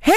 Hey,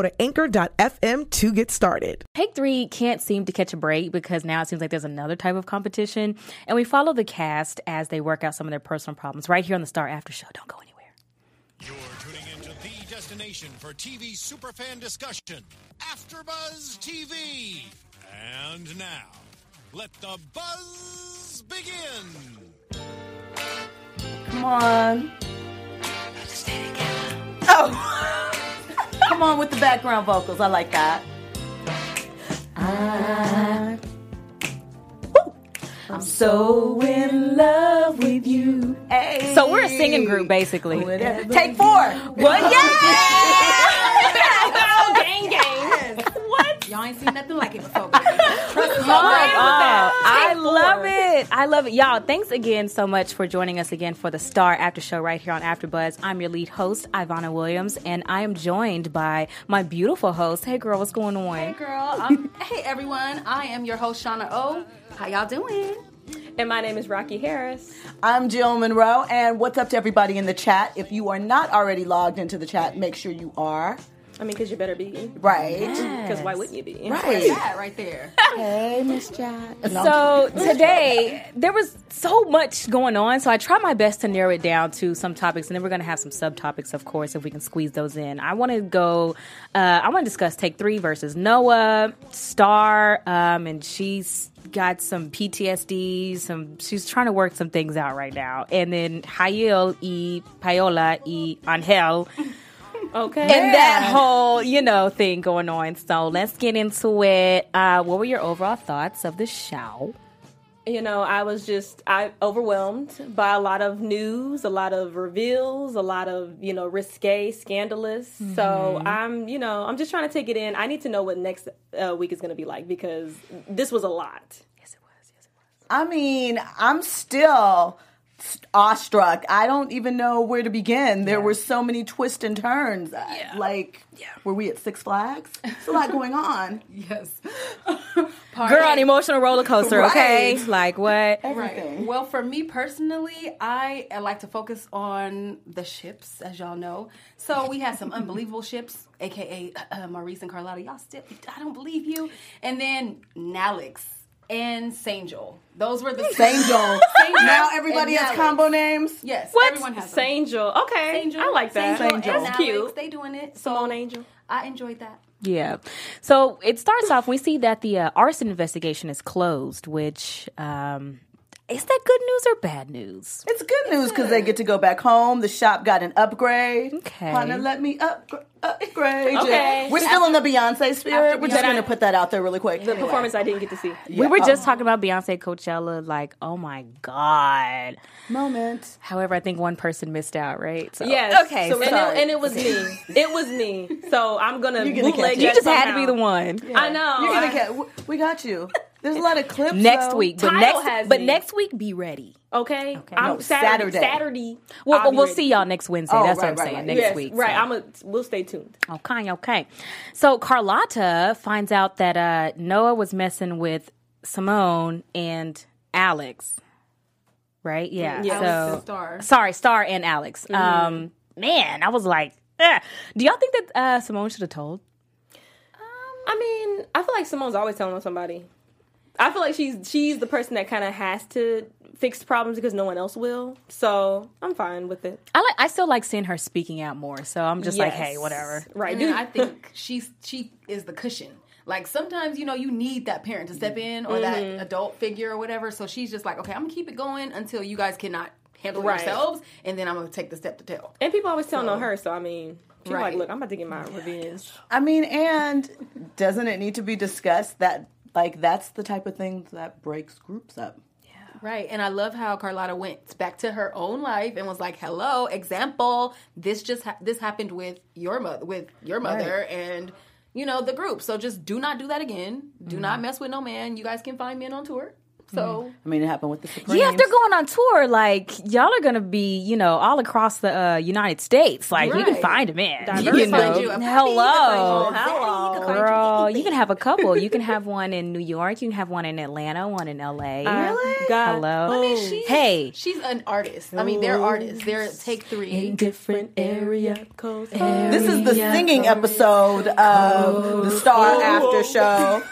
to anchor.fm to get started. Take three can't seem to catch a break because now it seems like there's another type of competition. And we follow the cast as they work out some of their personal problems right here on the Star After Show. Don't go anywhere. You're tuning into the destination for TV superfan discussion, AfterBuzz TV. And now, let the buzz begin. Come on. Oh. Come on with the background vocals. I like that. Woo. I'm so in love with you. Hey. So we're a singing group, basically. Take four. What? Yeah! gang, gang. What? Y'all ain't seen nothing like it before. Trust me. I love it. I love it. Y'all, thanks again so much for joining us again for the Star After Show right here on AfterBuzz. I'm your lead host, Ivana Williams, and I am joined by my beautiful host. Hey, girl, what's going on? Hey, girl. I'm, hey, everyone. I am your host, Shauna O. How y'all doing? And my name is Rocky Harris. I'm Jill Monroe, and what's up to everybody in the chat? If you are not already logged into the chat, make sure you are. I mean, because you better be. Right. Because why wouldn't you be? Right. That right there. Hey, Miss Jack. No, So today there was so much going on, so I try my best to narrow it down to some topics, and then we're going to have some subtopics, of course, if we can squeeze those in. I want to go. Uh, I want to discuss Take Three versus Noah Star, um, and she's got some PTSD. Some she's trying to work some things out right now, and then Hayel e Paola e Angel Okay. and that whole you know thing going on. So let's get into it. Uh, what were your overall thoughts of the show? you know, I was just I overwhelmed by a lot of news, a lot of reveals, a lot of you know risque, scandalous. Mm-hmm. So I'm, you know, I'm just trying to take it in. I need to know what next uh, week is going to be like because this was a lot. Yes, it was. Yes, it was. I mean, I'm still awestruck. I don't even know where to begin. There were so many twists and turns. Uh, Like, were we at Six Flags? It's a lot going on. Yes. Girl, an emotional roller coaster. Okay, Right. like what? Everything. Well, for me personally, I I like to focus on the ships, as y'all know. So we had some unbelievable ships, aka uh, Maurice and Carlotta. Y'all still, I don't believe you. And then Nalix and Sangel. Those were the Sangel. Sangel Now everybody and has Nalix. combo names. Yes, What? everyone has them. Angel. Okay, Angel, I like that. Angel, Angel. and That's Alex, cute. They doing it. So Simone Angel. I enjoyed that. Yeah. So it starts off. We see that the uh, arson investigation is closed. Which um, is that good news or bad news? It's good news because they get to go back home. The shop got an upgrade. Okay. Wanna let me upgra- upgrade. you. Okay. We're still in the Beyonce spirit. We're just Beyonce- going to put that out there really quick. The performance I didn't get to see. We were just talking about Beyonce Coachella. Like, oh my god. Moment. However, I think one person missed out. Right? So. Yes. Okay, So, and, it, sorry. and it was me. It was me. So I'm gonna You're gonna catch bootleg it. You that just had to somehow. be the one. I know. You're gonna I- get, w- we got you. There's a lot of clips. Next though. week, but Tidal next, has but me. next week, be ready. Okay. I'm No, Saturday. Saturday. Saturday. Well, I'll well, be we'll ready. see y'all next Wednesday. Oh, That's what right, I'm right, saying. right. Next Yes, week, right. so. I'm a. We'll stay tuned. Okay, okay. So Carlotta finds out that uh, Noah was messing with Simone and Alex, right? Yeah. Yeah. So Alex and Star. Mm-hmm. sorry, Star and Alex. Um, man, I was like, eh. do y'all think that uh, Simone should have told? Um, I mean, I feel like Simone's always telling on somebody. I feel like she's she's the person that kind of has to fix problems because no one else will. So I'm fine with it. I like, I still like seeing her speaking out more. So I'm just like, Yes. hey, whatever. Right. And dude. Mm-hmm. I think she's she is the cushion. Like sometimes you know you need that parent to step in or Mm-hmm. that adult figure or whatever. So she's just like, okay, I'm gonna keep it going until you guys cannot handle Right. yourselves, and then I'm gonna take the step to tell. and people always telling on her. So I mean, she's Right. like, look, I'm about to get my revenge. I mean, and doesn't it need to be discussed that like that's the type of thing that breaks groups up? Right. And I love how Carlotta went back to her own life and was like, "Hello, example. This just ha- this happened with your mother, with your mother, and you know, the group. So just do not do that again. Do Mm-hmm. not mess with no man. You guys can find men on tour. So I mean, it happened with the Supremes. Yeah, if they're going on tour, like y'all are gonna be, you know, all across the uh, United States. Like you can Right. find a man. you can know. find you a Hello. puppy, you can find you a Hello, puppy, you can find you girl. anything. You can have a couple. You can have one in New York. You can have one in Atlanta. One in L.A. Really? Uh, God. Hello. I mean, she's, hey. she's an artist. I mean, they're artists. They're take three. Different area codes. This is the singing episode of the Star After Show.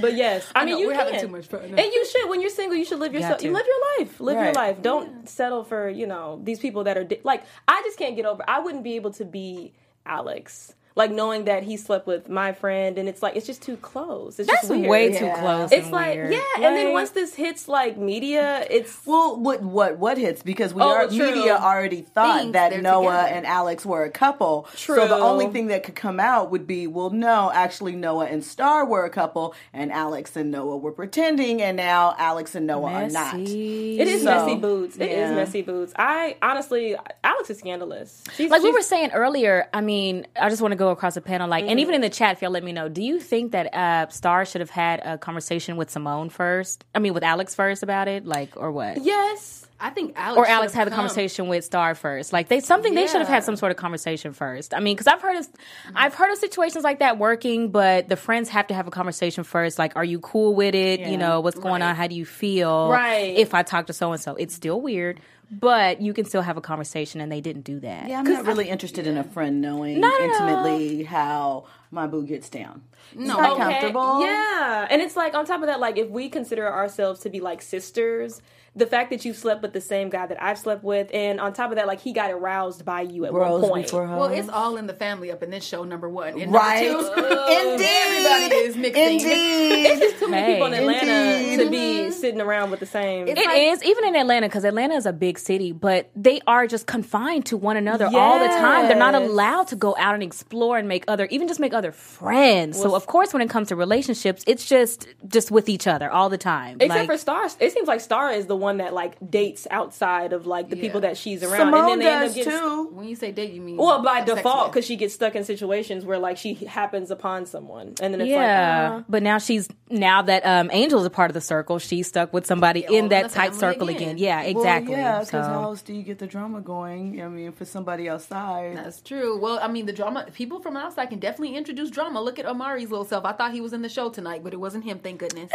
But yes, I, mean know, you we're can. having too much fun. And you should when you're single, you should live yourself. to. You live your life. Live your Right. life. Don't settle for you know these people that are di- like. I just can't get over. I wouldn't be able to be Alex. Like knowing that he slept with my friend, and it's like it's just too close. It's That's just weird. way too Yeah. close. It's and like weird. yeah, and then once this hits like media, it's Well, what what what hits? Because we Oh, are, true. media already thought Thinks that they're Noah together. and Alex were a couple. So True. the only thing that could come out would be, well, no, actually Noah and Star were a couple, and Alex and Noah were pretending, and now Alex and Noah are not. it is So, messy boots. It is yeah. messy boots. I honestly, Alex is scandalous. She's, like we she's- were saying earlier, I mean, I just want to go across the panel, like, Mm-hmm. and even in the chat, if y'all let me know, do you think that uh, Star should have had a conversation with Simone first? I mean, with Alex first about it, like, or what? yes. I think Alex Or Alex should've had the come. conversation with Star first. Like they something they should have had some sort of conversation first. I mean, because I've heard of, I've heard of situations like that working, but the friends have to have a conversation first. Like, are you cool with it? You know, what's going on? How do you feel? Right. If I talk to so and so, it's still weird, but you can still have a conversation, and they didn't do that. Yeah, I'm not really interested in a friend knowing Not at intimately how my boo gets down. No, No, not okay. comfortable. Yeah. And it's like on top of that, like if we consider ourselves to be like sisters, the fact that you slept with the same guy that I've slept with, and on top of that, like he got aroused by you at Bros one point. before her. Well, it's all in the family up in this show. Number one, and number right. two, Indeed. everybody is mixing. Indeed. It's just too many Hey. people in Atlanta Indeed. Mm-hmm. to be sitting around with the same. It is even in Atlanta because Atlanta is a big city, but they are just confined to one another all the time. They're not Yes. allowed to go out and explore and make other, even just make other friends. so of course, when it comes to relationships, it's just just with each other all the time. Except Like, for Star, it seems like Star is the one that like dates outside of like the people that she's around, Simone and then they does end up getting too. When you say date, you mean well by have sex default with. because she gets stuck in situations where like she happens upon someone, and then it's yeah, like, uh, but now she's now that um, Angel's a part of the circle, she's stuck with somebody all in in that the tight family circle again. again. Yeah, exactly. Well, yeah, because So- how else do you get the drama going? I mean, for somebody outside. That's true. Well, I mean, the drama people from outside can definitely introduce drama. Look at Amari's little self. I thought he was in the show tonight, but it wasn't him. Thank goodness.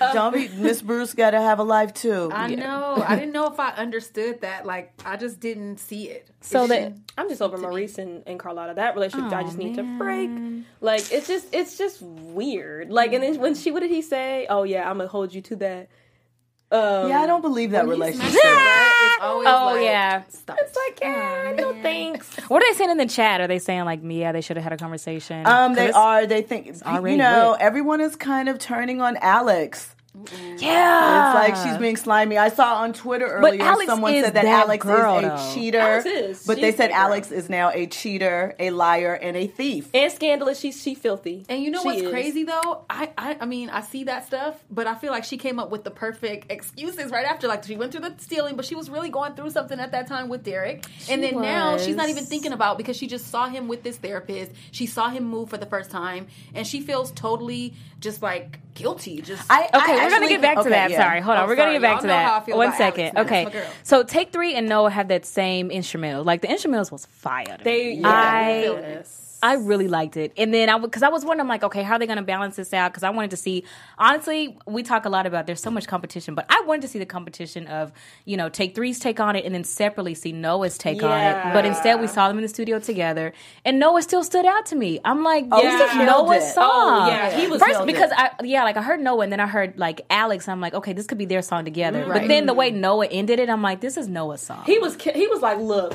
Don't be Miss Bruce. Got to have a life too. I know. I didn't know if I understood that. Like, I just didn't see it. So It that- shouldn't- I'm just over Maurice and, and Carlotta. That relationship, I just need to break. Like it's just it's just weird. Like and then when she, what did he say? Oh yeah, I'm gonna hold you to that. Um, yeah, I don't believe that He's relationship. messing with her. It's always Oh, like, yeah. stop. It's like yeah, no thanks. what are they saying in the chat? Are they saying like, yeah, they should have had a conversation? Um, they 'Cause- are. They think you already know. lit. Everyone is kind of turning on Alex. Yeah, It's like she's being slimy. I saw on Twitter But earlier Alex someone is said that, that Alex girl, is a though. cheater. Alex is. But She they is said that girl. Alex is now a cheater, a liar, and a thief. And scandalous. She's she filthy. And you know She what's is. crazy though? I, I I mean, I see that stuff, but I feel like she came up with the perfect excuses right after. Like she went through the stealing, but she was really going through something at that time with Derek. and then now she's not even was. thinking about because she just saw him with this therapist. She saw him move for the first time, and she feels totally just like guilty. Just I, I Okay, we're gonna actually- get back to okay, that. yeah. Sorry, hold on. I'm we're gonna get sorry. back Y'all to know how I that. feel One about second. Alex, man. That's my okay, girl. so take three and Noah have that same instrumental. Like the instrumentals was fire. to me. They yeah. I- feel this. I really liked it. And then I because I was wondering, I'm like, okay, how are they going to balance this out? Because I wanted to see. Honestly, we talk a lot about there's so much competition, but I wanted to see the competition of you know take threes take on it, and then separately see Noah's take on it. Yeah. But instead, we saw them in the studio together, and Noah still stood out to me. I'm like, this he is killed Noah's it. song. Oh, yeah, he was first killed because I yeah, like I heard Noah, and then I heard like Alex. I'm like, okay, this could be their song together. But Right. then the way Noah ended it, I'm like, this is Noah's song. Mm, He was ki- he was like, look,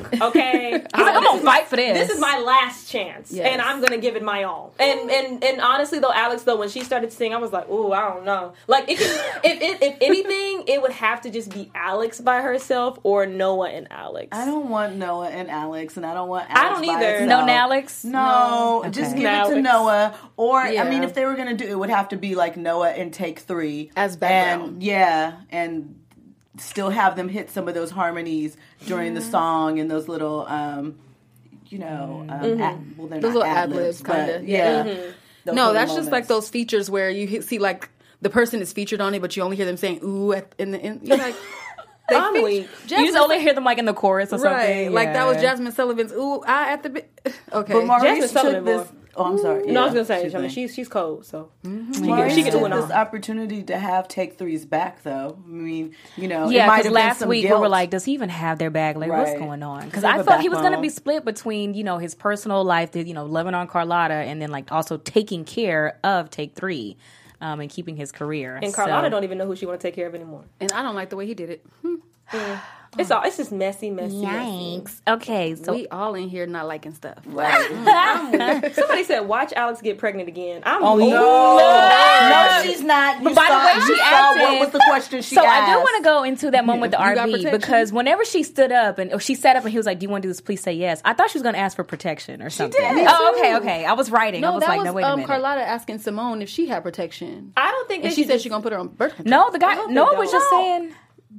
okay. He's like, I'm gonna fight for this. This is my last chance, Yes. and I'm gonna give it my all. And and and honestly though, Alex though, when she started singing, I was like, ooh, I don't know. Like it could, if it, if anything, it would have to just be Alex by herself or Noah and Alex. I don't want Noah and Alex, and I don't want. Alex I don't by either. herself. No Nalex? No, just Okay. give it Nalex. to Noah. Or I mean, Yeah. if they were gonna do, it would have to be like Noah and Take Three As background. And, yeah, and Mm-hmm. still have them hit some of those harmonies during the song and those little. um you know, um, ad- well, Mm-hmm. they're Those not little ad ad-libs, libs, kinda. but yeah. Mm-hmm. Those No, little that's just like moments. those features where you hit- see like the person is featured on it, but you only hear them saying "ooh" at, in the end. You're like, they I'm feat- weak. You just Jasmine- only hear them like in the chorus or right? something. Like that was Yeah. Jasmine Sullivan's "ooh" I at the bi- okay. But Jasmine Maurice took Sullivan this. Oh, I'm No, sorry. I Yeah, was gonna say, she's I mean, like- she's she's cold, so Maurice she could do took it this all. opportunity to have take threes back, though. I mean, you know, it Yeah, might have because been last some week guilt. we were like, does he even have their bag? Like, what's Right. going on? Because Does he I have a thought he was going to backbone? be split between, you know, his personal life, that, you know, loving on Carlotta and then, like, also taking care of Take Three um, and keeping his career. and Carlotta So- don't even know who she want to take care of anymore. and I don't like the way he did it. It's all it's just messy, messy. messy. Yikes. Okay, so. we all in here not liking stuff. Somebody said, "Watch Alex get pregnant again." I'm Oh, weak. no, no, she's not. You But by the saw- way, she you saw acted. What was the question she so asked? I do want to go into that moment You got with the RV protection? because whenever she stood up and or she sat up and he was like, "Do you want to do this? Please say yes." I thought she was going to ask for protection or something. did. Oh, okay, okay. I was writing. I No, was that like, was "No, wait a um, minute." Carlotta asking Simone if she had protection. I don't think and they she should said just- she's gonna put her on birth control. no, the guy. don't No, think it was that- just No. saying,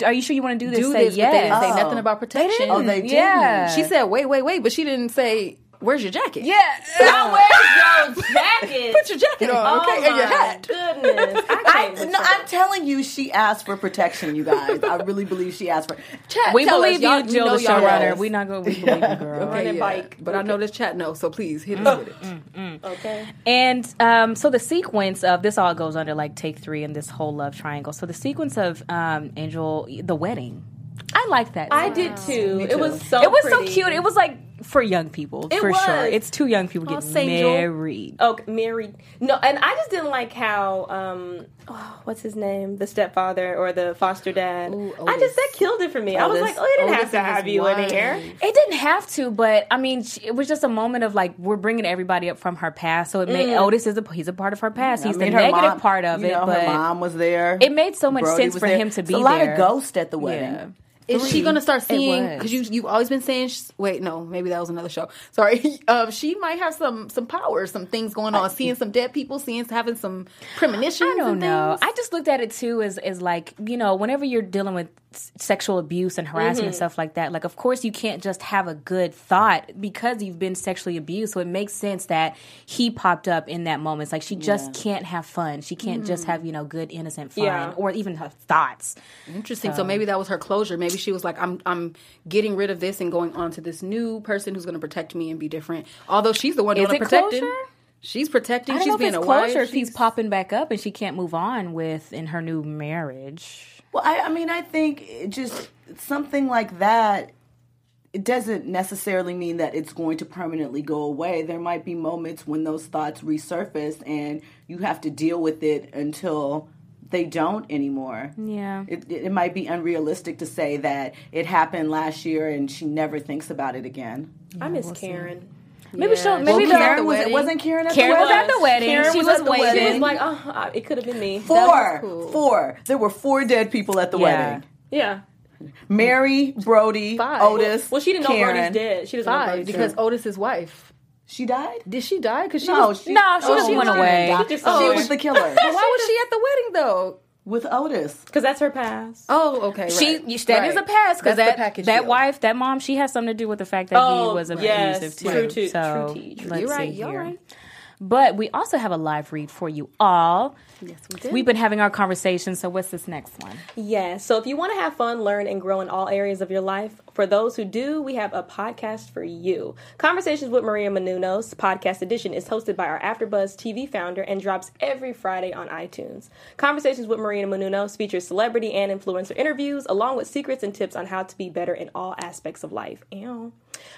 "Are you sure you want to do this?" do say this, yes. but they didn't say Oh. nothing about protection. Oh, they did. Yeah. She said, "Wait, wait, wait," but she didn't say, "Where's your jacket?" Now where's your jacket? Put your jacket on, Oh okay, and your my hat. Goodness, I Oh I, can't. with no, her. I'm telling you, she asked for protection, you guys. I really believe she asked for. Chat, We tell us. believe Y'all- you, we Jill, know the y'all showrunner. knows. We not gonna we believe you, Mm. girl. Okay. and bike. But I know this chat knows, so please hit us with it. okay. And um, so the sequence of this all goes under like take three and this whole love triangle. So the sequence of um, Angel, the wedding, I like that. I did too. It was so. It was pretty. so cute. It was like for young people It for sure. was. It's two young people getting Saint Joel. married. Okay, married. Oh, No, and I just didn't like how um, oh, what's his name, the stepfather or the foster dad. I just that killed it for me. I was Otis. like, oh, he didn't Otis have to and his have you in wife. here. It didn't have to, but I mean, sh- it was just a moment of like we're bringing everybody up from her past. So it made Otis is a he's a part of her past. He's Mm. I the mean, her negative mom- part of you it, know, but her mom was there. it made so much Brody sense was for there. him to It's be a lot there. of ghosts at the wedding. Yeah. Is she gonna start seeing? was. Because you you've always been saying. sh wait, no, maybe that was another show. Sorry. Um, she might have some some power, some things going on, seeing some dead people, seeing having some premonitions. I don't and know. things. I just looked at it too as as like you know, whenever you're dealing with s- sexual abuse and harassment Mm-hmm. and stuff like that, like of course you can't just have a good thought because you've been sexually abused. So it makes sense that he popped up in that moment. It's like she just can't have fun. She can't just Mm-hmm. have you know good innocent fun Yeah. or even her thoughts. Interesting. So maybe that was her closure. Maybe she was like, "I'm I'm getting rid of this and going on to this new person who's going to protect me and be different." Although she's the one Is doing the it protecting. closure? She's protecting. I don't she's know if being it's a closure wife. if he's popping back up and she can't move on with in her new marriage. Well, I, I mean, I think it just something like that. It doesn't necessarily mean that it's going to permanently go away. There might be moments when those thoughts resurface, and you have to deal with it until they don't anymore. Yeah. It, it it might be unrealistic to say that it happened last year and she never thinks about it again. I miss Karen. Maybe she'll. Well, Maybe Karen they'll- was- It wasn't Karen at Karen the was wedding. at the wedding. Karen she was, was, at the waiting. wedding. She was like, oh, I- it could have been me. Four, cool. four. There were four dead people at the Yeah. wedding. Yeah. Mary, Brody, Five. Otis. Well, she didn't know Karen. Brody's dead. She doesn't know Five Brody's because dead. Otis's wife She died. did she die? Because she No, was, she, No, she just she went was- away. She, She just died. was the killer Why was she at the wedding though? with Otis. because that's her past. Oh, okay. Right. She that is a pass because That's the that package that deal. wife that mom she has something to do with the fact that he Oh, was abusive yes, too. true tea- so true tea, true let's You're right, see you're here. right. But we also have a live read for you all. Yes, we do. We've been having our conversation. So what's this next one? Yeah, so if you want to have fun, learn, and grow in all areas of your life, for those who do, we have a podcast for you. Conversations with Maria Menounos Podcast Edition is hosted by our AfterBuzz TV founder and drops every Friday on iTunes. Conversations with Maria Menounos features celebrity and influencer interviews, along with secrets and tips on how to be better in all aspects of life. Ew.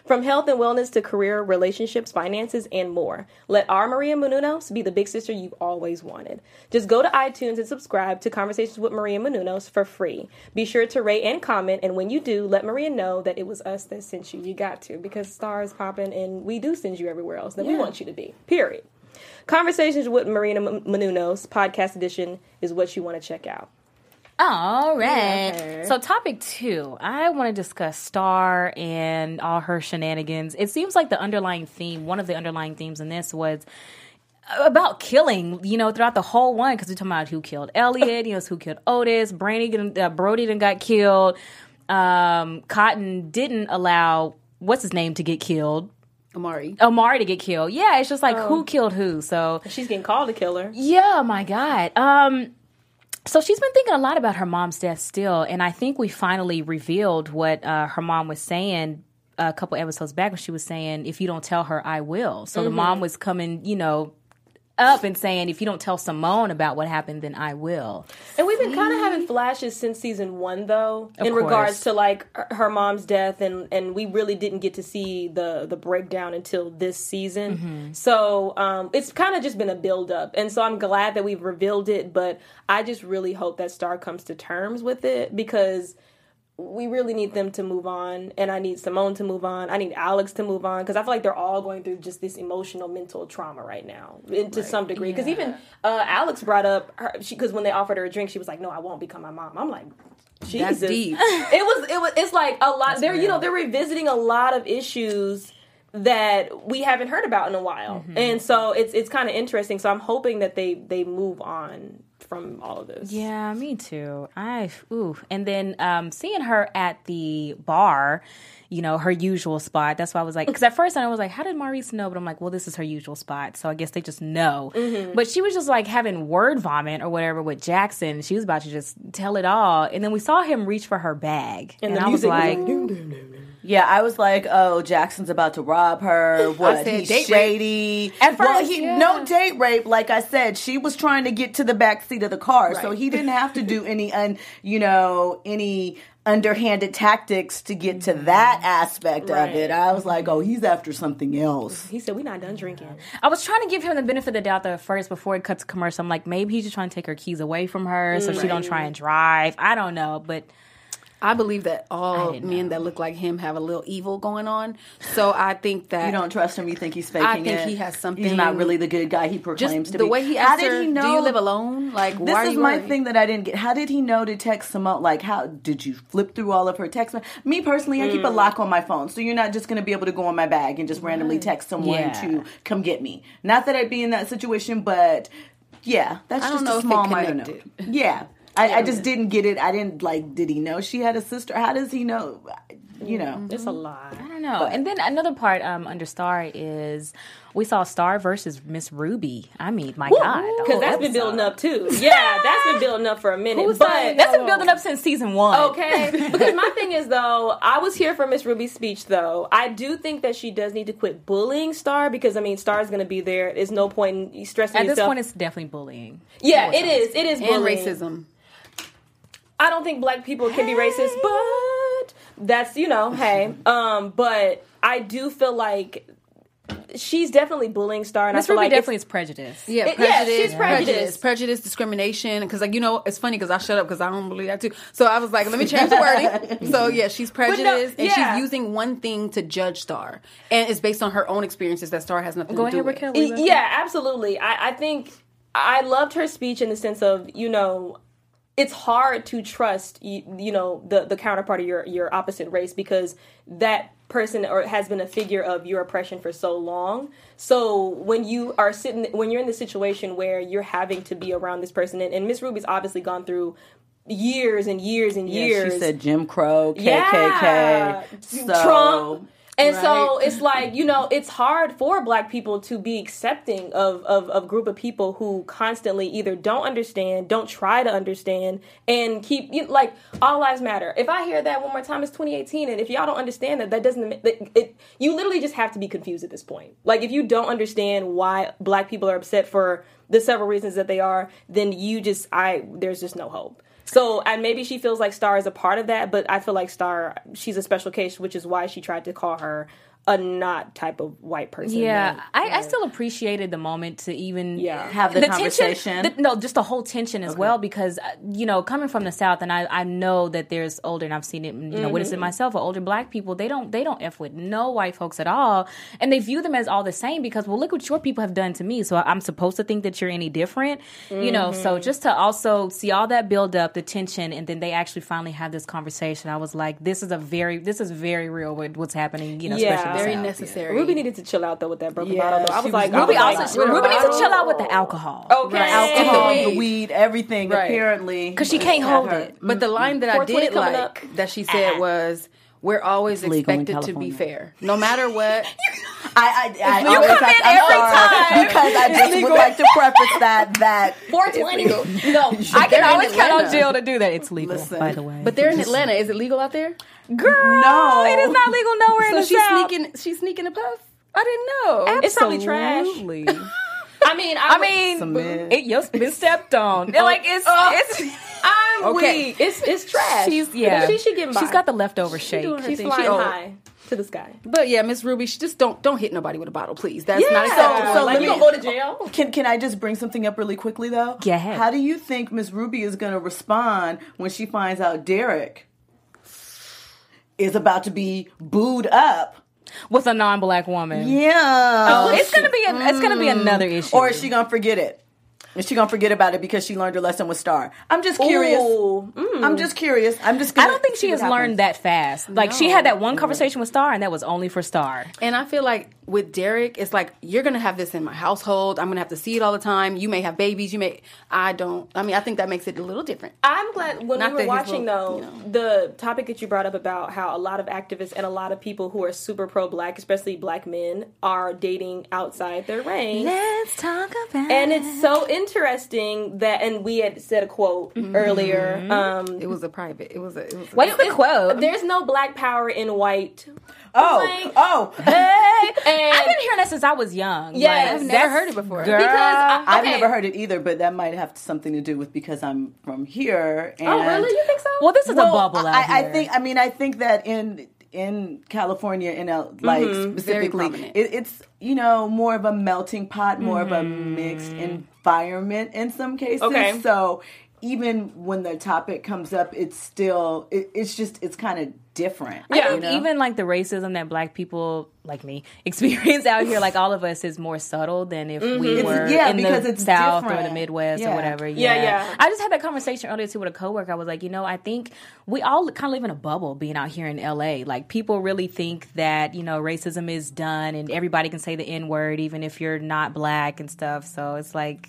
From health and wellness to career, relationships, finances, and more. Let our Maria Menounos be the big sister you've always wanted. Just go to iTunes and subscribe to Conversations with Maria Menounos for free. Be sure to rate and comment, and when you do, let Maria know that it was us that sent you. You got to, because stars popping, and we do send you everywhere else that we want you to be. Period. Conversations with Maria M- Menounos podcast edition is what you want to check out. All right. So, topic two, I want to discuss Star and all her shenanigans. It seems like the underlying theme, one of the underlying themes in this was uh, about killing, you know, throughout the whole one, because we're talking about who killed Elliot, you know, who killed Otis, Brandy, done- uh, Brody done got killed. Um, Cotton didn't allow, what's his name, to get killed. Amari. Omari to get killed. Yeah, it's just like who killed who. So She's getting called a killer. yeah, my God. Um, so she's been thinking a lot about her mom's death still, and I think we finally revealed what uh, her mom was saying a couple episodes back when she was saying, "If you don't tell her, I will." So the mom was coming, you know. Up and saying, if you don't tell Simone about what happened, then I will. And we've been kind of having flashes since season one, though, in course. regards to like her- her mom's death, and and we really didn't get to see the the breakdown until this season. So um, it's kind of just been a build up, and so I'm glad that we've revealed it. But I just really hope that Star comes to terms with it because we really need them to move on and i need simone to move on i need alex to move on because i feel like they're all going through just this emotional mental trauma right now in, to some degree because even uh, alex brought up her because when they offered her a drink she was like no i won't become my mom i'm like jesus deep. it was it was it's like a lot they're you know they're revisiting a lot of issues that we haven't heard about in a while and so it's it's kind of interesting so i'm hoping that they they move on from all of this Yeah, me too. I ooh, and then um, seeing her at the bar, you know, her usual spot. That's why I was like, because at first I was like, how did Maurice know? But I'm like, well, this is her usual spot, so I guess they just know. Mm-hmm. But she was just like having word vomit or whatever with Jackson. She was about to just tell it all, and then we saw him reach for her bag, and, the I was music was like, Yeah, I was like, oh, Jackson's about to rob her. What? said he's date rape. shady. At well, first, he yeah. no date rape. Like I said, she was trying to get to the back seat of the car, so he didn't have to do any, un, you know, any underhanded tactics to get to that aspect of it. I was like, oh, he's after something else. he said we're not done drinking I was trying to give him the benefit of the doubt though at first before it cuts to commercial. I'm like, maybe he's just trying to take her keys away from her so she don't try and drive. I don't know, but I believe that all men that look like him have a little evil going on. So I think that You don't trust him. You think he's faking I think it. he has He's something- not really the good guy he just proclaims to the be. way he How asked did her, he know? "Do you live alone?" Like, This why are is you my worried? thing that I didn't get. How did he know to text Simone? Like, how did you flip through all of her text? me- Me personally, I keep a Mm. lock on my phone, so you're not just going to be able to go on my bag and just randomly text someone Yeah. to come get me. Not that I'd be in that situation, but yeah, that's I don't just know a if it small minor note. connected. Yeah. I, I just didn't get it. I didn't like. Did he know she had a sister? How does he know? You know, Mm-hmm. it's a lot I don't know. and then another part um, under Star is we saw Star versus Miss Ruby. I mean, my God, the Because whole that's been episode. building up too. Yeah, that's been building up for a minute. Who's but saying- that's been building up since season one. okay. because my thing is though, I was here for Miss Ruby's speech though. I do think that she does need to quit bullying Star because I mean Star's going to be there. There's no point in stressing At this yourself. point, it's definitely bullying. yeah, it is. It is and bullying. racism. I don't think black people can be racist, but that's you know, hey. Um, but I do feel like she's definitely bullying Star, and I Miss feel Ruby like it's- definitely is prejudice. Yeah, It- yeah, prejudice, she's prejudiced. prejudice, prejudice, discrimination. Because like you know, it's funny because I shut up because I don't believe that too. So I was like, let me change the wording. so yeah, she's prejudiced and yeah. she's using one thing to judge Star, and it's based on her own experiences that Star has nothing Go to do ahead, with. Raquel. Y- E, yeah, absolutely. I, I think I loved her speech in the sense of you know. It's hard to trust, you, you know, the, the counterpart of your, your opposite race because that person or has been a figure of your oppression for so long. So when you are sitting, when you're in the situation where you're having to be around this person, and, and Miss Ruby's obviously gone through years and years and years. she said Jim Crow, KKK, Yeah. so- Trump. And so Right. it's like, you know, it's hard for black people to be accepting of, of of group of people who constantly either don't understand, don't try to understand, and keep you like all lives matter. If I hear that one more time, it's 2018, and if y'all don't understand that, that doesn't that it you literally just have to be confused at this point. Like if you don't understand why black people are upset for the several reasons that they are, then you just I there's just no hope. So, and maybe she feels like Star is a part of that, but I feel like Star, she's a special case, which is why she tried to call her a not type of white person. Yeah, Like, I, I still appreciated the moment to even Yeah. Have the Tension, conversation. the- no, just the whole tension as well because uh, you know coming from the south and I, I know that there's older and I've seen it you know witnessed it Mm-hmm. myself. Older black people they don't they don't f with no white folks at all and they view them as all the same because well look what your people have done to me so I- I'm supposed to think that you're any different you know so Mm-hmm. just to also see all that build up the tension and then they actually finally have this conversation. I was like this is a very this is very real what, what's happening you know Yeah. especially in the Very South. necessary. Ruby needed to chill out though with that broken Yeah, bottle. Though. I she was was- like, Ruby I was also like, Ruby needs to chill out with the alcohol. Okay. alcohol, And the the weed. weed, everything. Right. Apparently, Because she can't Had hold her- it. But the line that I 420 did coming like up. that she said was, We're always legal in expected to be California. fair, no matter what. I, I, I You always come have in to, I'm every sorry, time. because I just would like to preface that that 420. No, I can always Count on Jill to do that. It's legal, Listen, by the way. But they're in Atlanta. Is it legal out there? girl, No. it is not legal nowhere in So the she's South. sneaking. She's sneaking a puff. I didn't know. It's probably trash. Absolutely. I mean, I, I would- mean, Submit. it has been stepped on. They're like Oh, it's it's. I'm Okay. weak. It's it's trash. She's yeah. She should get. By. She's got the leftover shake. doing her She's thing. flying She's old. high to the sky. But yeah, Miss Ruby, she just don't don't hit nobody with a bottle, please. That's not Yeah. acceptable. So like let you me- gonna go to jail? Can can I just bring something up really quickly though? Go ahead. How do you think Miss Ruby is going to respond when she finds out Derek is about to be booed up? with a non-black woman. Yeah. Oh, it's gonna be an, it's gonna be another issue. or is she going to forget it? Is she going to forget about it because she learned her lesson with Star? I'm just curious. Ooh. I'm just curious. I'm just. mm. I Gonna don't think she see has what happens. learned that fast. Like she had that one conversation with Star, and that was only for Star. And I feel like with Derek, it's like you're gonna have this in my household. I'm gonna have to see it all the time. You may have babies. You may. I don't. I mean, I think that makes it a little different. I'm glad when Not that we were he's watching woke, you though know. the topic that you brought up about how a lot of activists and a lot of people who are super pro black, especially black men, are dating outside their range. Let's talk about. and it's so interesting that and we had said a quote earlier um It was a private. It was a. It was a what's the quote? there's no black power in white Oh, oh. Hey, and- I've been hearing that since I was young. Yeah, Like, I've I've never that's- heard it before. Girl. because uh, I've okay. never heard it either, but that might have something to do with because I'm from here. And oh really you think so Well, this is a Well, bubble out I, I here. think. I mean, I think that in in California, in L, like specifically, prominent. it, it's you know more of a melting pot, more of a mixed environment in some cases. Okay. So even when the topic comes up, it's still it, it's just it's kind of different. I Yeah. think You Um, know? even like the racism that black people like me experience out here, like all of us, is more subtle than if we Mm-hmm. It's- were yeah, in because the it's South or the different. Midwest or Yeah. whatever. Yeah. Yeah, yeah. I just had that conversation earlier too with a coworker. I was like, you know, I think we all kind of live in a bubble being out here in LA. Like people really think that you know racism is done and everybody can say the N word even if you're not black and stuff. So it's like.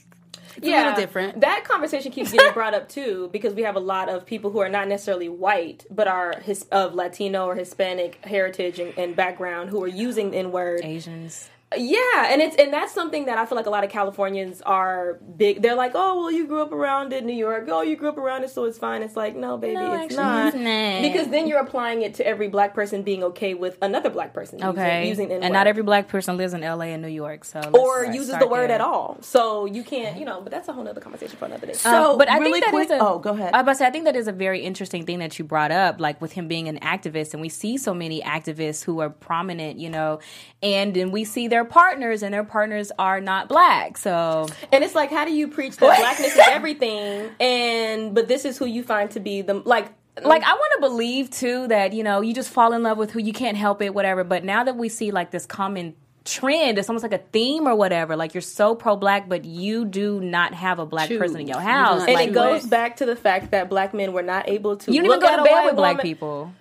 yeah. little different. That conversation keeps getting brought up too because we have a lot of people who are not necessarily white but are his, of Latino or Hispanic heritage and, and background who are using the N word. Asians. Yeah, and it's and that's something that I feel like a lot of Californians are big. They're like, oh well, you grew up around it, New York. Oh, you grew up around it, so it's fine. It's like, no, baby, No, it's actually, not. it's not. Because then you're applying it to every black person being okay with another black person using- Okay. using, the and not N-word. every black person lives in LA and New York. So let's or start- uses start the word there. at all. So you can't, you know. But that's a whole other conversation for another day. So, Um, but I really think that is quick- a, oh, go ahead. I was about to say, I think that is a very interesting thing that you brought up, like with him being an activist, and we see so many activists who are prominent, you know, and then we see their partners, and their partners are not black. So And it's like, how do you preach that blackness is everything, and but this is who you find to be the like, like I want to believe too that you know you just fall in love with who you can't help it, whatever. But now that we see like this common trend, it's almost like a theme or whatever. Like you're so pro black, but you do not have a black Choose. person in your You do house, not and Like, Like it goes what? back to the fact that black men were not able to. You don't even look go at to a bed white with black woman. people.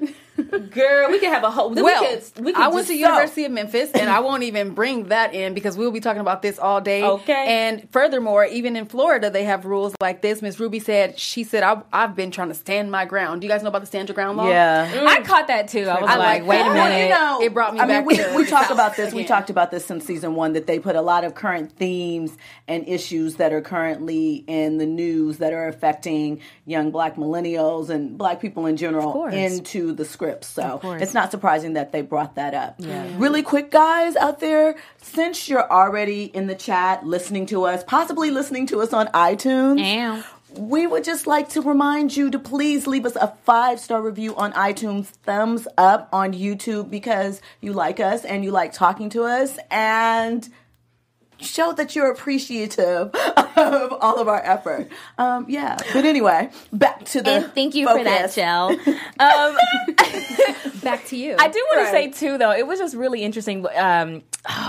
Girl, we could have a whole. we Well, could- we could I went just- to University of Memphis, and I won't even bring that in because we'll be talking about this all day. Okay. And furthermore, even in Florida, they have rules like this. Miss Ruby said she said I, I've been trying to stand my ground. Do you guys know about the stand your ground law? I caught that too. I was I like, like wait a that. minute. Well, you know, It brought me I mean, back we, to we talk about this. We again. talked about this since season one that they put a lot of current themes and issues that are currently in the news that are affecting young black millennials and black people in general course. into the scripts. So course. it's not surprising that they brought that up. Really quick, guys out there, since you're already in the chat listening to us, possibly listening to us on iTunes. Ow. We would just like to remind you to please leave us a five star review on iTunes, thumbs up on YouTube because you like us and you like talking to us, and show that you're appreciative of all of our effort. Um, yeah, but anyway, back to the. And thank you for that, focus. Shell. Um, Back to you. I do want to Right. say too, though, it was just really interesting. Um,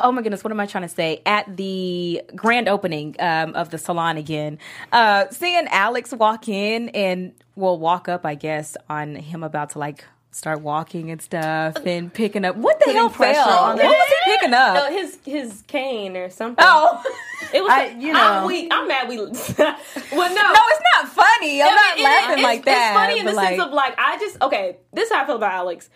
oh my goodness, what am I trying to say? At the grand opening um, of the salon again, uh, seeing Alex walk in and well, walk up, I guess, on him about to like start walking and stuff Uh, and picking up. What the hell pressure fell? on What him. was he picking up? No, his his cane or something. Oh. it was. I- you I'm know. weak. I'm mad. We. well, no, no, it's not funny. I'm I not mean, it- laughing it's- like that. It's funny in but, the sense like- of like I just okay. This is how I feel about Alex.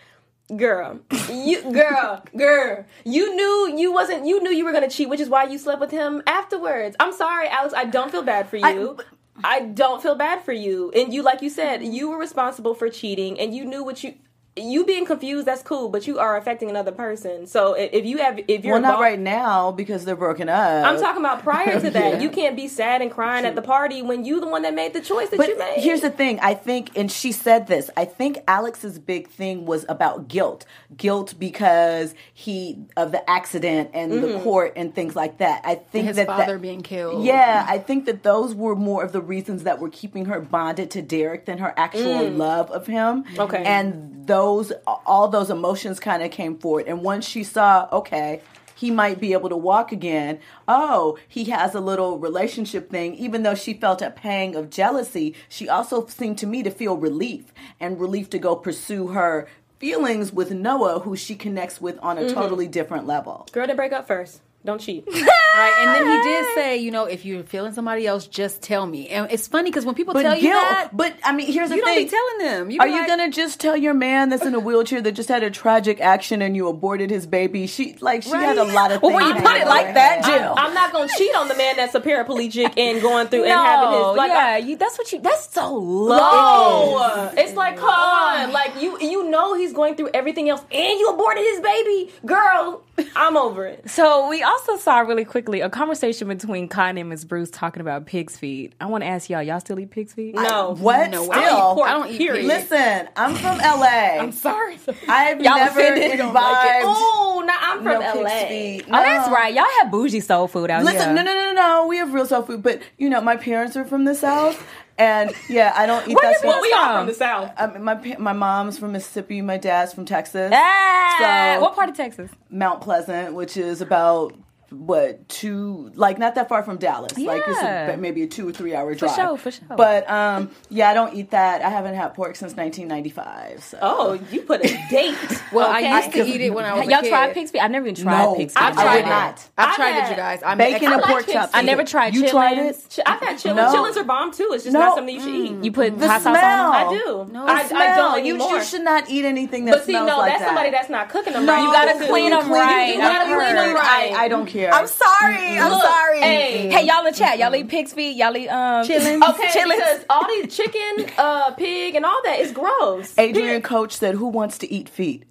girl, you girl, girl, you knew you wasn't. You knew you were gonna cheat, which is why you slept with him afterwards. I'm sorry, Alex. I don't feel bad for you. I, don't feel bad for you. And you, like you said, you were responsible for cheating, and you knew what you. You being confused, that's cool, but you are affecting another person. So if, if you have, if you're Well, not involved- right now because they're broken up. I'm talking about prior to that. You can't be sad and crying at the party when you the one that made the choice that But you made. here's the thing. I think, and she said this. I think Alex's big thing was about guilt, guilt because he of the accident and the court and things like that. I think his that father that, being killed. Yeah, I think that those were more of the reasons that were keeping her bonded to Derek than her actual love of him. Okay. and those all those emotions kind of came forward. And once she saw, okay. He might be able to walk again. Oh, he has a little relationship thing. Even though she felt a pang of jealousy, she also seemed to me to feel relief and relief to go pursue her feelings with Noah, who she connects with on a totally different level. Girl, to break up first. Don't cheat. Right, and then he did say, you know, if you're feeling somebody else, just tell me. And it's funny because when people But tell you guilt- that, But I mean, here's the you don't thing: be telling them. You Are be you like, gonna just tell your man that's in a wheelchair that just had a tragic action and you aborted his baby? She like she had a lot of. Well, things when you hanging put it over like her that, head. Jill. I'm not gonna cheat on the man that's a paraplegic and going through and having his like yeah, you, that's what you. That's so low. Oh, it's like come on, like you you know he's going through everything else, and you aborted his baby, girl. I'm over it. So we also saw really quickly a conversation between Kanye and Ms. Bruce talking about pig's feet. I want to ask y'all, y'all still eat pig's feet? No, What? No, I don't eat Still, pork, I don't eat period. Listen, I'm from LA. I'm sorry. Oh, I've never offended? I imbibed. don't like it. Oh, now I'm no from pig's LA. feet. Oh, that's No. right. Y'all have bougie soul food out Listen, here. no, no, no, no. We have real soul food, but you know, my parents are from the south, and yeah, I don't eat that. Well, stuff. we are from the south. Um, my pa- my mom's from Mississippi. My dad's from Texas. Ah, So- what part of Texas? Mount Pleasant, which is about what two like not that far from Dallas. Like it's Yeah. a, but maybe a two or three hour drive. sure, for sure. But um, yeah, I don't eat that. I haven't had pork since 1995. So. Oh, you put a date. Well, okay? I used to eat it when I was a Y'all kid. tried pig's feet? I never even tried No, pig's feet. I I've tried would it. not. I've I've tried it, had you guys. I'm bacon and like pork chips. chops. I eat never it. tried You tried chitlins. it? Ch- I've had chillins. No. Chillins are bomb too. It's just No. Mm. not something you should eat. You put The hot sauce smell. on it? I do. No, I, the I Smell. don't you, anymore. you should not eat anything that but see, no, smells that's like that. somebody that's not cooking them No, right. You gotta too. clean 'em You right. gotta I've clean 'em heard. right. I, I don't care. I'm sorry. I'm Look, sorry. Hey, Hey, y'all in chat. Y'all eat pig's feet. Y'all eat um, chillin'. Okay, because all these chicken, uh, pig, and all that is gross. Adrian Coach said, "Who wants to eat feet?"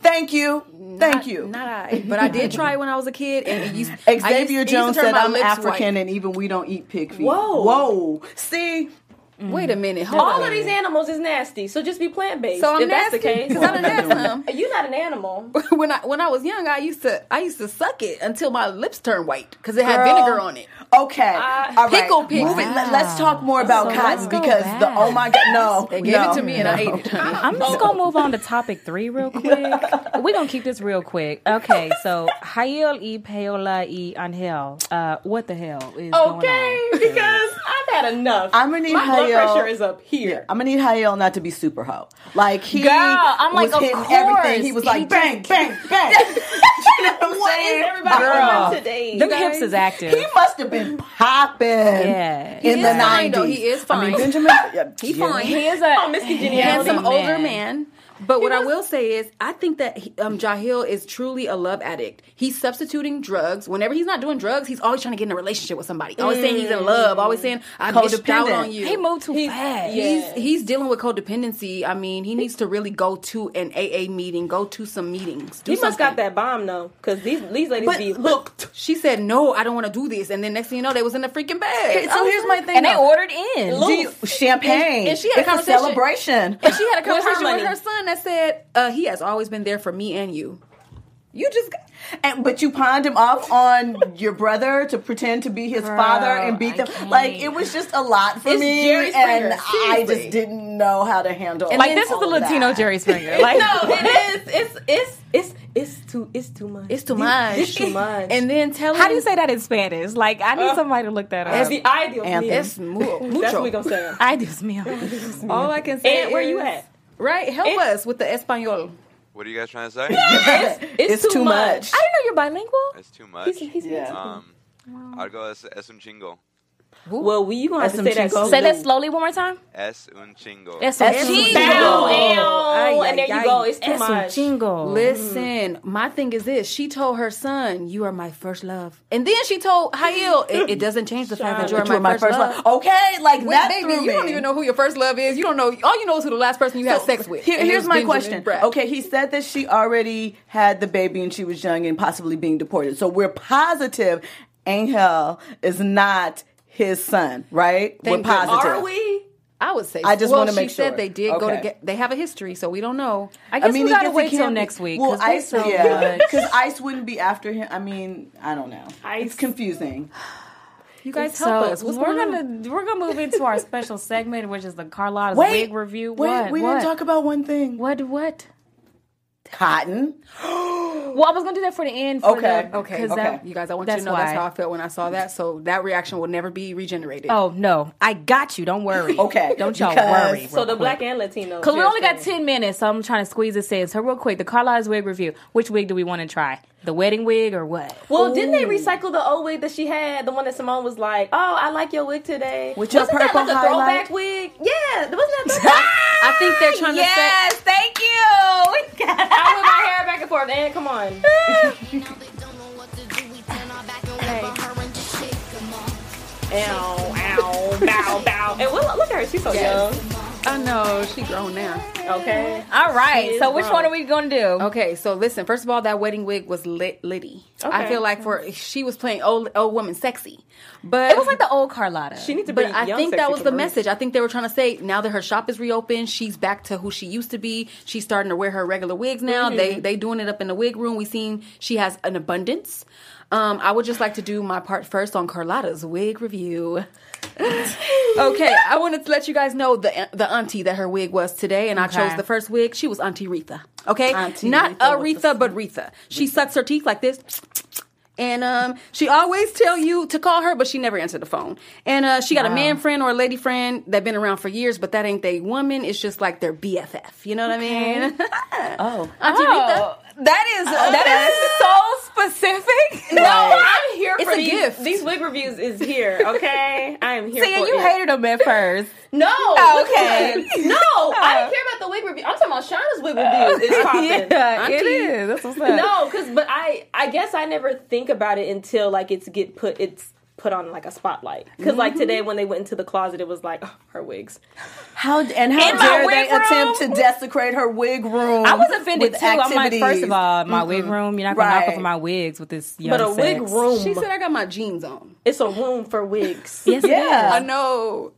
Thank you. Thank you. Not I, but I did try it when I was a kid, and it used, I used- I used Xavier to Jones turn said, my "I'm lips African, white. and even we don't eat pig feet." Whoa. whoa! See, Wait a minute, hold all on. of these animals is nasty, so just be plant based. So I'm if nasty that's the case, 'cause I done had some. You're not an animal. when I when I was young, I used to I used to suck it until my lips turned white because it had Girl. vinegar on it. Uh, Okay. I- All right. Pickle pig. Moving. Let, us talk more about So cotton let's go because the back. oh my god no. They gave no, it to me and I no. ate it. honey. I'm just gonna move on to topic three real quick. We're gonna keep this real quick. Okay, so Hayel e Paola e Angel. Uh, what the hell is going Okay, on? because I've had enough. I'm gonna need My blood Hayel. pressure is up here. I'm gonna need Hayel not to be super hoe. Like he Girl, I'm like, was of hitting everything. course. He was He like just- bang, bang, bang. you know what I'm saying? Everybody Girl. on today. Them hips is active. He must have been popping Yeah. He in He the is fine, though. 90s. He is I mean, fine. Benjamin. yeah, He yeah. fine. He is a Oh, Miss Congeniality. handsome man. older man. But what I will say is, I think that he- um, Jahil is truly a love addict. He's substituting drugs. Whenever he's not doing drugs, he's always trying to get in a relationship with somebody. Always saying he's in love. Always saying I missed out Codependent. on you. He moved too fast. He's he's dealing with codependency. I mean, he needs to really go to an AA meeting, go to some meetings. Do He must got something. that bomb though, because these these ladies But- be hooked. She said, "No, I don't want to do this." And then next thing you know, they was in the freaking bed. Oh, So here's my thing. and they though. ordered in. Do you- champagne. And- and she had a it's a conversation. celebration. And she had a With her conversation with money. her son that said, uh, "He has always been there for me and you." You just, got, and but you pawned him off on your brother to pretend to be his father and beat them. Like it was just a lot for It's me, Jerry Springer, and I seriously. just didn't know how to handle. like this is the Latino Jerry Springer. Like No, it is. It's it's it's it's too it's too much. It's too much. It's too much. And then tell How do you say that in Spanish? Like I need somebody to look that That's up. Uh, the ideal. Anthem. meal. It's mu- That's mucho. what we gonna say. I do smell. All I can say And where you is- at? Right, help And- us with the español. What are you guys trying to say? It's too much. I didn't know you're bilingual. That's too much. He's, he's Yeah. um, I'd go as, as un chingo. Well, we you gonna have to That's say some that. cheese. Say that slowly one more time. Es un chingo. That's That's some some chingo. chingo. Ow, Ay, and there ay, you go. ay. It's too That's some much. chingo. Listen, my thing is this. She told her son, "You are my first love," and then she told Hayil, "It, it doesn't change the fact that you are But you were my, first, love." Okay, like Wait, that baby, threw you don't me. even know who your first love is. You don't know. All you know is who the last person you had sex with. Here- and it here's was my Benjamin question. Bratt. Okay, he said that she already had the baby and she was young and possibly being deported. So we're positive Angel is not his son, right? Thank we're positive. goodness. Are we? I would say. I just well, wanna make she said sure. they did go Okay. to get. They have a history, so we don't know. I guess we he gotta gets- he wait till can't be- next week. Well, 'cause there's Ice, so yeah, much. because Ice wouldn't be after him. I mean, I don't know. It's confusing. You guys So help us. What's we're going on? gonna we're gonna move into our special segment, which is the Carlotta's Wait, wig review. Wait, what? we what? didn't talk about one thing. what? What? Cotton. Well, I was gonna do that for the end. For Okay, the, Okay, 'cause okay. that- you guys, I want you to know that's how I felt when I saw that. So that reaction will never be regenerated. Oh no, I got you. Don't worry. Okay, don't y'all because- worry. So the black and Latino. Because we only got ten minutes, so I'm trying to squeeze this in. So real quick, the Carlotta's wig review. Which wig do we want to try? The wedding wig or what? Well, didn't they recycle the old wig that she had? The one that Simone was like, "Oh, I like your wig today." With your wasn't purple that like a highlight? throwback wig? Yeah, wasn't that? Throwback? I think they're trying to say. yes, thank you. I whip my hair back and forth, and come on. Ow, ow, bow, bow. And well, look at her; she's so I know she grown now. young. Okay. All right. is So which wrong. one are we gonna do? Okay, so listen. First of all, that wedding wig was lit, litty. I Okay. feel like for she was playing old old woman sexy, but It was like the old Carlotta. She needs to But bring I young think that sexy was to the room. message. I think they were trying to say now that her shop is reopened, she's back to who she used to be. She's starting to wear her regular wigs now. They Mm-hmm. they doing it up in the wig room. We seen she has an abundance. Um, I would just like to do my part first on Carlotta's wig review. okay, I wanted to let you guys know the the auntie that her wig was today, and I chose the first wig. She was Auntie Retha. Okay, Auntie not Retha with the Aretha, but Retha. She sucks her teeth like this. And um, she always tell you to call her, but she never answered the phone. And uh, she got a man friend or a lady friend that been around for years, but that ain't they woman. It's just like their BFF. You know what I mean? oh, Auntie Oh, Rita. That is that is so specific. No, I'm here It's for a these. gift. These wig reviews is here. Okay, I am here. See, for you it. hated him at first. No. Okay. listen. No, I didn't care about the wig review. I'm talking about Shauna's wig review. It's popping. yeah, it Auntie. is. That's what's up. No, because but I I guess I never think about it until like it's get put it's put on like a spotlight. Because Mm-hmm. like today when they went into the closet, it was like oh, her wigs. How and how In my dare they wig room? attempt to desecrate her wig room? I was offended with too. I'm like, first activities? of all, my wig room. You're not gonna knock Right. off of my wigs with this. Young But a wig sex. room, She said I got my jeans on. it's a room for wigs. Yes, Yeah. yeah. I know.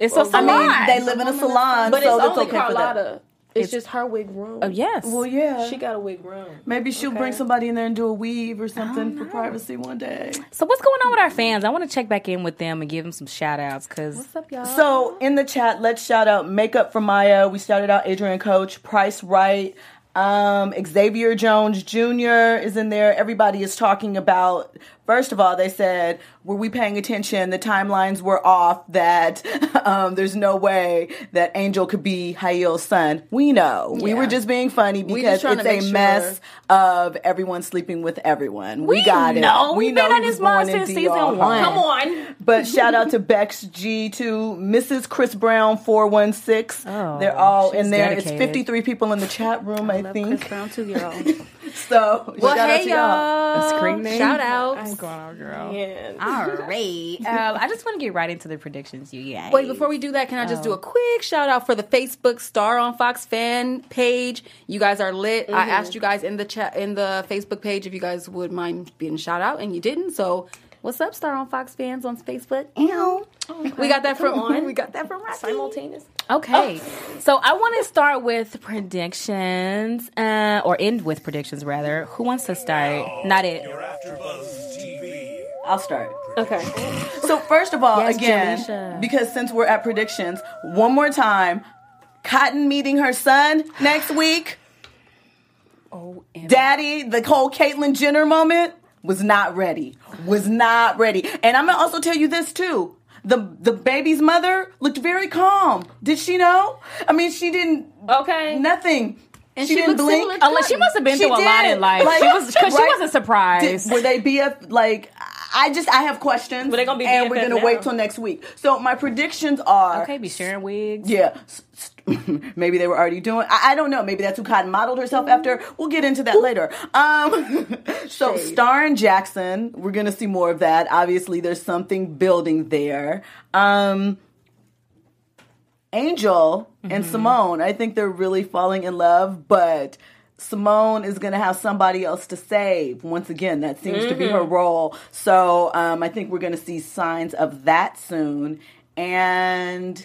It's a I salon. mean, they live in a salon, but so it's that's only okay for them. Carlotta. It's, just her wig room. Oh, yes. Well, yeah. She got a wig room. Maybe she'll bring somebody in there and do a weave or Oh, something for privacy one day. So what's going on with our fans? I want to check back in with them and give them some shout outs because What's up, y'all? So in the chat, let's shout out Makeup for Maya. We shouted out Adrian Coach, Price Wright, um, Xavier Jones Jr. is in there. Everybody is talking about. First of all, they said, "Were we paying attention? The timelines were off. That um, there's no way that Angel could be Hail's son. We know. We Yeah. were just being funny just because trying it's to a make sure. mess of everyone sleeping with everyone. We, We got it. know. We We've been know on he this was born mind in since DR season one. Hall. Come on. But shout out to Bex G to Mrs. Chris Brown four one six. Oh, They're all she's in there. dedicated. It's fifty three people in the chat room, I, Chris think. Brown two year old. So Well, shout out hey to y'all. screen name? Shout out. And all right. Um, I just want to get right into the predictions. You yeah. Wait, before we do that, can I just do a quick shout out for the Facebook Star on Fox fan page? You guys are lit. I asked you guys in the chat in the Facebook page if you guys would mind being shout out, and you didn't. So, what's up, Star on Fox fans on Facebook? Ow. We got that from on. we got that from Rocky. simultaneous. Okay. So I want to start with predictions, uh, or end with predictions rather. Who wants to start? Not it. AfterBuzz TV. I'll start. Okay. So first of all, Yes, again, Jaleesha. because since we're at predictions, one more time, Cotton meeting her son next week. Daddy, the whole Caitlyn Jenner moment was not ready. Was not ready. And I'm gonna also tell you this too. The the baby's mother looked very calm. Did she know? I mean, she didn't. Okay. Nothing. And she didn't looked blink. similar to Unless she must have been She through a lot did. in life. Like, she was because she right? wasn't surprised. Did- were they BF? Like I just I have questions. But they gonna be and we're BFF gonna now. wait till next week. So my predictions are Okay, be sharing wigs. Yeah. S- s- Maybe they were already doing. I, I don't know. Maybe that's who Cotton modeled herself after. We'll get into that later. Um, so starring Jackson, we're gonna see more of that. Obviously, there's something building there. Um, Angel and Simone, I think they're really falling in love, but Simone is gonna have somebody else to save. Once again, that seems to be her role. So um, I think we're gonna see signs of that soon. And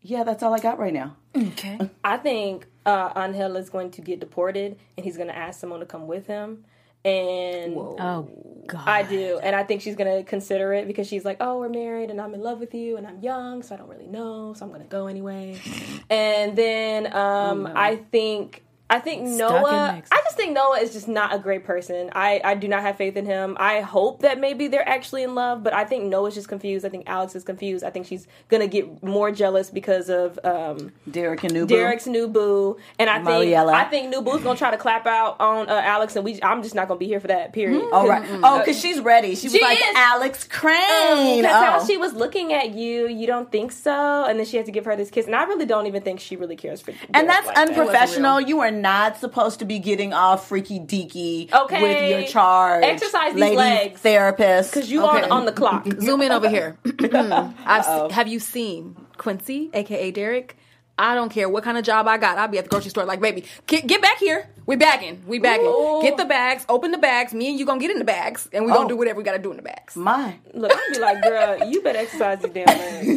yeah, that's all I got right now. Okay. I think uh, Angel is going to get deported, and he's going to ask someone to come with him. And Oh God. I do, and I think she's going to consider it because she's like, "Oh, we're married, and I'm in love with you, and I'm young, so I don't really know, so I'm going to go anyway." And then um, Oh, I think. I think Noah. Mexico. I just think Noah is just not a great person. I, I do not have faith in him. I hope that maybe they're actually in love, but I think Noah's just confused. I think Alex is confused. I think she's gonna get more jealous because of um, Derek and Nubu. Derek's new boo, and I Mariella. think I think new boo's gonna try to clap out on uh, Alex, and we I'm just not gonna be here for that. Period. All right. Oh, because she's ready. She was She like is- Alex Crane. That's Oh. how she was looking at you. You don't think so, and then she had to give her this kiss, and I really don't even think she really cares for. Derek and that's like that. unprofessional. You are not supposed to be getting all freaky deaky Okay. with your charge. Exercise these lady legs. therapist. because you Okay. are on the clock. Zoom in over here. I've se- have you seen Quincy, aka Derek? I don't care what kind of job I got. I'll be at the grocery store like, baby, get, get back here. We bagging. We bagging. Ooh. Get the bags. Open the bags. Me and you gonna get in the bags, and we gonna Oh. do whatever we gotta do in the bags. my. Look, I'd be like, girl, you better exercise your damn legs.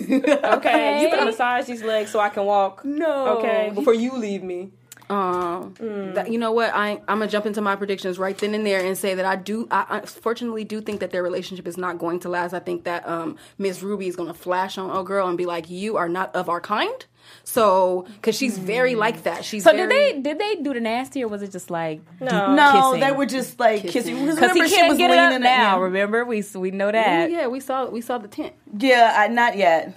Okay, you better massage these legs so I can walk. No. Okay, before you leave me. Um, that- you know what? I, I'm gonna jump into my predictions right then and there and say that I do. I, I fortunately do think that their relationship is not going to last. I think that um, Miss Ruby is gonna flash on a girl and be like, "You are not of our kind." So, because she's very like that. She's So very, did they did they do the nasty or was it just like No. No, Oh, Kissing. they were just like kissing. because he Remember, she was can't get it leaning up in- now? yeah. Remember we Oh, we know Yeah, that. yeah, we saw we saw the tent. Yeah, I, not yet.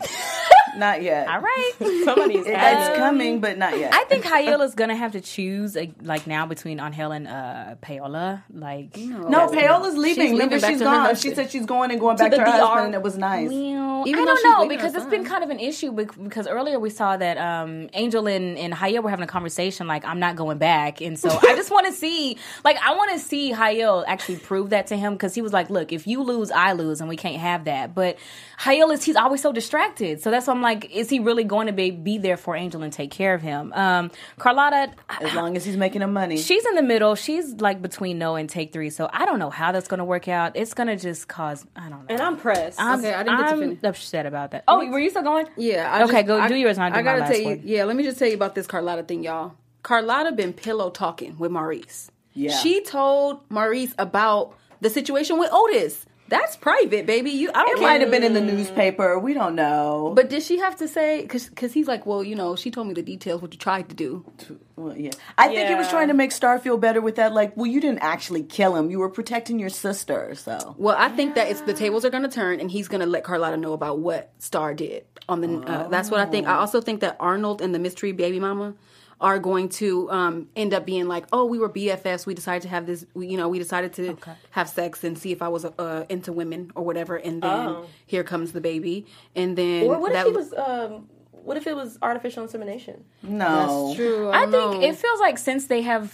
not yet. All right. Somebody is It's asking. coming, but not yet. I think Hayela's gonna have to choose uh, like now between Angel and uh, Paola. Like no, Paola's leaving. Remember, leaving back she's to her gone. husband. She said she's going and going back to, the her DR. husband, and it was nice. Well, Even I though don't she's know leaving her because it's son. been kind of an issue bec- because earlier we saw that um, Angel and, and Hayel were having a conversation like I'm not going back, and so I just want to see like I want to see Hayel actually prove that to him because he was like, look, if you lose, I lose, and we can't have that. But Hayel is he's always so distracted, so that's why I'm like, is he really going to be be there for Angel and take care of him? Um, Carlotta, I- As long as he's making him money. she's in the middle. She's like between no and take three, so I don't know how that's going to work out. It's going to just cause I don't know. And I'm pressed. I'm, Okay, I didn't get to I'm finish. upset about that. Oh, were you still going? Yeah. I okay, just- go I- do yours. And I'll do I gotta my last tell you. one. Yeah, let me just tell you about this Carlotta thing, y'all. Carlotta been pillow talking with Maurice. Yeah. She told Maurice about the situation with Otis. That's private, baby. You, I don't it might care. have been in the newspaper. We don't know. But did she have to say? Because he's like, well, you know, she told me the details what you tried to do. Well, yeah. I think he was Yeah. trying to make Star feel better with that. Like, well, you didn't actually kill him. You were protecting your sister. So, Well, I think that it's the tables are going to turn, and he's going to let Carlotta know about what Star did. On the uh, that's what I think. I also think that Arnold and the mystery baby mama are going to um, end up being like, oh, we were BFFs. We decided to have this. We, you know, we decided to have sex and see if I was uh, into women or whatever. And then here comes the baby. And then Or what if that- he was? Um, what if it was artificial insemination? no. That's true. I I, don't think know. it feels like since they have,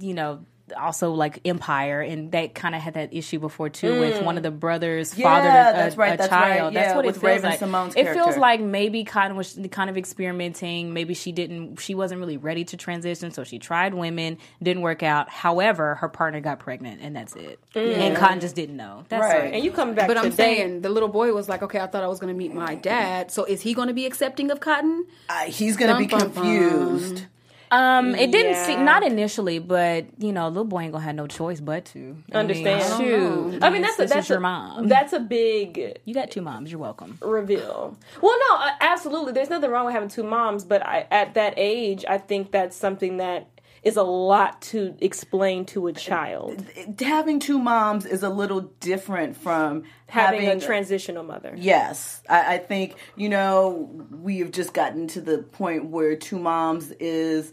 you know, also like Empire, and they kind of had that issue before too Mm. with one of the brothers Yeah, fathered a, that's right, a that's child. right. That's Yeah, what with it feels Raven like. Simone's it feels character. like maybe Cotton was kind of experimenting. Maybe she didn't. She wasn't really ready to transition, so she tried women, didn't work out. However, her partner got pregnant, and that's it. Mm. And Cotton just didn't know. That's Right. right. And you coming back? But I'm today. saying the little boy was like, okay, I thought I was going to meet my dad. So is he going to be accepting of Cotton? Uh, he's going to be Bum, bum, bum. confused. Um, it didn't Yeah. seem not initially, but you know, little boy ain't gonna have no choice but to I mean, Understand. I shoot. I mean, that's this a, is that's your a, mom. That's a big you got two moms. You're welcome. reveal. Well, no, uh, absolutely. There's nothing wrong with having two moms, but I, at that age, I think that's something that is a lot to explain to a child Having two moms is a little different from having, a transitional mother. Yes, I, I think you know we have just gotten to the point where two moms is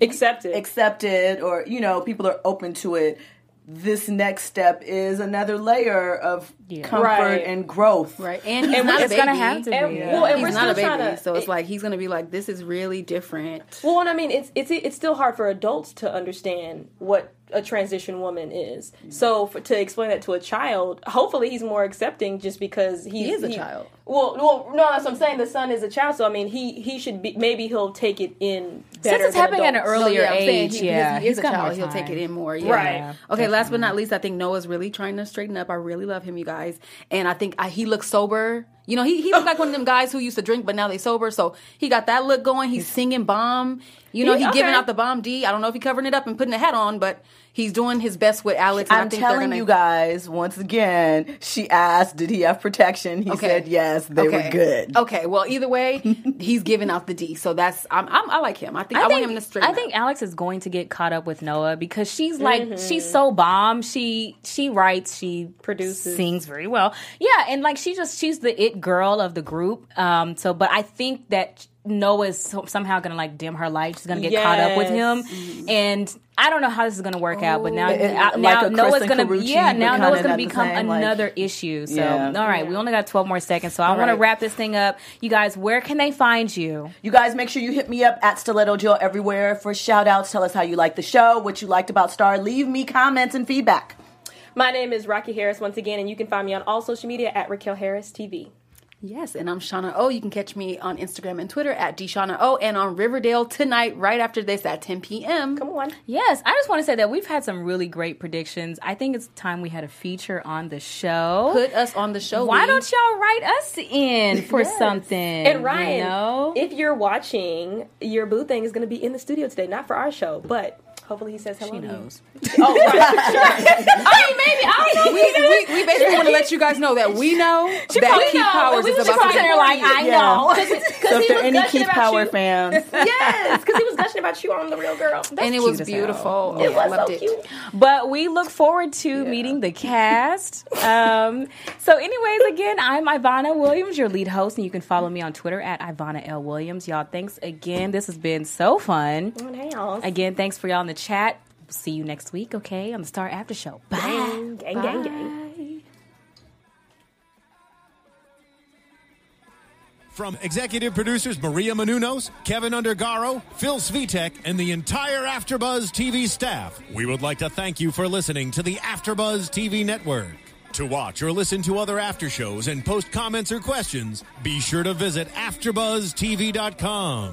Accepted. accepted, or you know people are open to it. this next step is another layer of comfort Right. and growth. Right, and he's not it's a baby. gonna have to And- be. well, and he's we're not a still baby, trying to- so it's like he's gonna be like, "This is really different." Well, and I mean, it's it's it's still hard for adults to understand what a transition woman is. So for, to explain that to a child, hopefully he's more accepting just because he's, He is a child. Well, well, no, that's what I'm saying. The son is a child, so I mean, he he should be. Maybe he'll take it in. Better Since it's than happening at an adults. early- Earlier yeah, I'm saying age, he, yeah, He is he's a got more child. He'll time. take it in more. Yeah. Right. Okay. Last but not least, I think Noah's really trying to straighten up. I really love him, you guys, and I think I, he looks sober. You know, he he looked like one of them guys who used to drink, but now they sober. So he got that look going. He's singing bomb. You know, He- he, giving okay. out the bomb D. I don't know if he's covering it up and putting a hat on, but he's doing his best with Alex. and I I'm think telling they're gonna, you guys once again. She asked, "Did he have protection?" He said, "Yes." They Okay. Oh. were good. Okay. Well, either way, he's giving out the D. So that's I'm, I'm I like him. I think I, want him to straighten. I think Alex is going to get caught up with Noah because she's like Mm-hmm. she's so bomb. She she writes, she Produces. sings very well. Yeah, and like she just she's the it girl of the group. Um, so but I think that Noah is so, somehow going to like dim her light. She's going to get caught up with him, and I don't know how this is going to work out. But now Oh. It- it- now, like a Noah's Kristen going to Carucci, yeah now but Noah's going kinda to not the become same, like- another issue. So Yeah. all right, we only got twelve more seconds. So I want to right. wrap this thing up. You guys, where can they find you? You guys, make sure you hit me up at Stiletto Jill everywhere for shout outs. Tell us how you like the show, what you liked about Star. Leave me comments and feedback. My name is Rocky Harris once again, and you can find me on all social media at Raquel Harris TV. Yes, and I'm Shauna O. You can catch me on Instagram and Twitter at dshauna O, and on Riverdale tonight, right after this at 10 p.m. Come on. Yes, I just want to say that we've had some really great predictions. I think it's time we had a feature on the show. Put us on the show. Why Lee. don't y'all write us in for something? And Ryan, you know? if you're watching, your boo thing is going to be in the studio today, not for our show, but hopefully he says hello. she to you. knows. Oh, right. I mean, maybe I don't know. We, we, we basically want to let you guys know that we know that probably Keith know, Powers but we is was about just to sitting get there like, I Yeah. know. So if there are any gushing Keith about Power you. fans, yes, because he was gushing about you on The Real Girl. and it cute was as hell. beautiful. Oh, it yeah, was loved so it. cute. But we look forward to meeting the cast. Um, so, anyways, again, I'm Ivana Williams, your lead host, and you can follow me on Twitter at Ivana L. Williams. Y'all, thanks again. This has been so fun. Come on, hey, y'all. Again, thanks for y'all in the chat. See you next week, okay, on the Star After Show. Bye. gang, gang, gang, gang. From executive producers Maria Manunos, Kevin Undergaro, Phil Svitek, and the entire AfterBuzz TV staff, we would like to thank you for listening to the AfterBuzz TV network. To watch or listen to other after shows and post comments or questions, be sure to visit AfterBuzzTV.com.